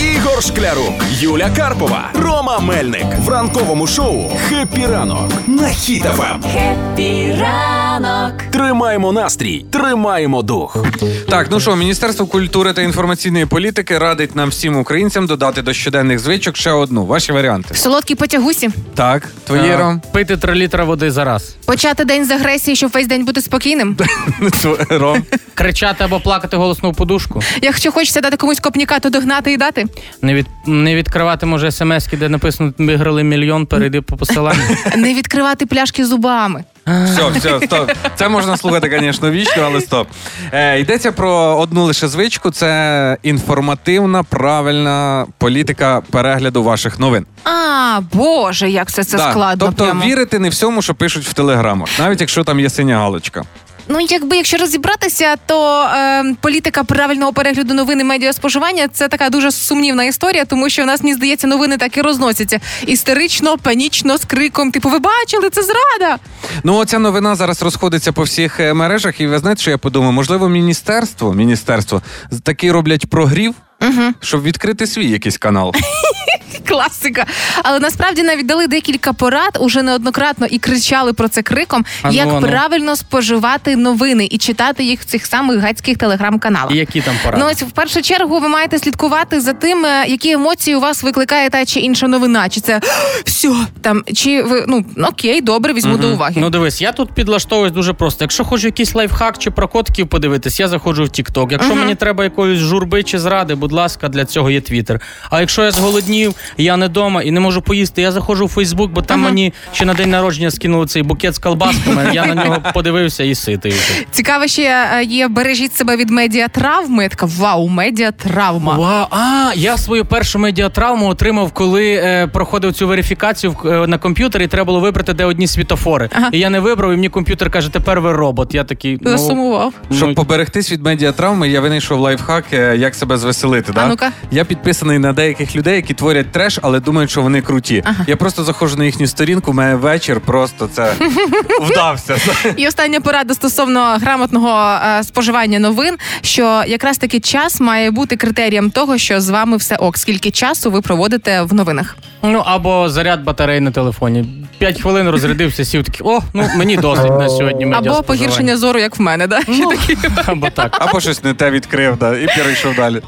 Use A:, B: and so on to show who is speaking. A: Ігор Шклярук, Юля Карпова, Рома Мельник в ранковому шоу «Хеппі ранок» на Хіт-ФМ.
B: Хеппі ранок.
A: Тримаємо настрій, тримаємо дух.
C: Так, ну що, Міністерство культури та інформаційної політики радить нам всім українцям додати до щоденних звичок ще одну. Ваші варіанти.
D: Солодкі потягусі.
C: Так, твої
E: Е,
C: Ром.
E: Пити 3 літра води за раз.
D: Почати день з агресії, щоб весь день бути спокійним.
C: Тво- Ром.
E: Кричати або плакати голосно в подушку.
D: Якщо хочеться дати комусь копніка, то догнати і дати.
E: Не, від, не відкривати може смс, де написано виграли мільйон, перейди по посиланню.
D: Не відкривати пляшки зубами.
C: Все, все, стоп. Це можна слухати, звісно, вічно, але стоп. Е, йдеться про одну лише звичку: це інформативна, правильна політика перегляду ваших новин.
D: А, Боже, як все це
C: Да,
D: складно.
C: Тобто
D: прямо.
C: вірити не всьому, що пишуть в телеграмах, навіть якщо там є синя галочка.
D: Ну, якби якщо розібратися, то е, політика правильного перегляду новин і медіаспоживання це така дуже сумнівна історія, тому що у нас мені здається, новини так і розносяться істерично, панічно, з криком. Типу, ви бачили, це зрада.
C: Ну, оця новина зараз розходиться по всіх е, мережах, і ви знаєте, що я подумав? Можливо, міністерство, міністерство з- таки роблять прогрів, щоб відкрити свій якийсь канал.
D: Класика. Але насправді навіть дали декілька порад уже неоднократно і кричали про це криком,
E: А ну,
D: як
E: а ну.
D: правильно споживати новини і читати їх в цих самих гадських телеграм-каналах.
E: І які там поради?
D: Ну, ось в першу чергу ви маєте слідкувати за тим, е, які емоції у вас викликає та чи інша новина. Чи це все там, чи ви ну окей, добре, візьму до уваги.
E: Ну дивись, я тут підлаштовуюсь дуже просто. Якщо хочу якийсь лайфхак чи про котків подивитись, я заходжу в TikTok. Якщо мені треба якоїсь журби чи зради, будь ласка, для цього є Twitter. А якщо я зголоднів, я не дома і не можу поїсти, я заходжу в Facebook, бо там мені ще на день народження скинули цей букет з колбасками. Я на нього подивився і ситий. вже.
D: Цікаво, ще е, є бережіть себе від медіатравми. Я Така вау, медіатравма.
E: Вау, а я свою першу медіатравму отримав, коли е, проходив цю верифікацію в- е, на комп'ютері. і Треба було вибрати, де одні світофори.
D: Ага.
E: І я не вибрав, і мені комп'ютер каже, тепер ви робот. Я такий ну,
D: Засумував.
C: Щоб
E: Ну,
C: поберегтись від медіатравми, я винайшов лайфхак, е, як себе звеселити. Да?
D: ну-ка.
C: Я підписаний на деяких людей, які творять треш, але думають, що вони круті. Я просто заходжу на їхню сторінку, в мене вечір просто це вдався.
D: І остання порада стосовно грамотного е, споживання новин, що якраз таки час має бути критерієм того, що з вами все ок. Скільки часу ви проводите в новинах?
E: Ну або заряд батареї на телефоні. П'ять хвилин розрядився, сів такий, о, ну мені досить на сьогодні.
D: Або
E: медіаспоживання».
D: погіршення зору, як в мене, да?
E: Ну, або так.
C: Або щось не те відкрив, да, і перейшов далі.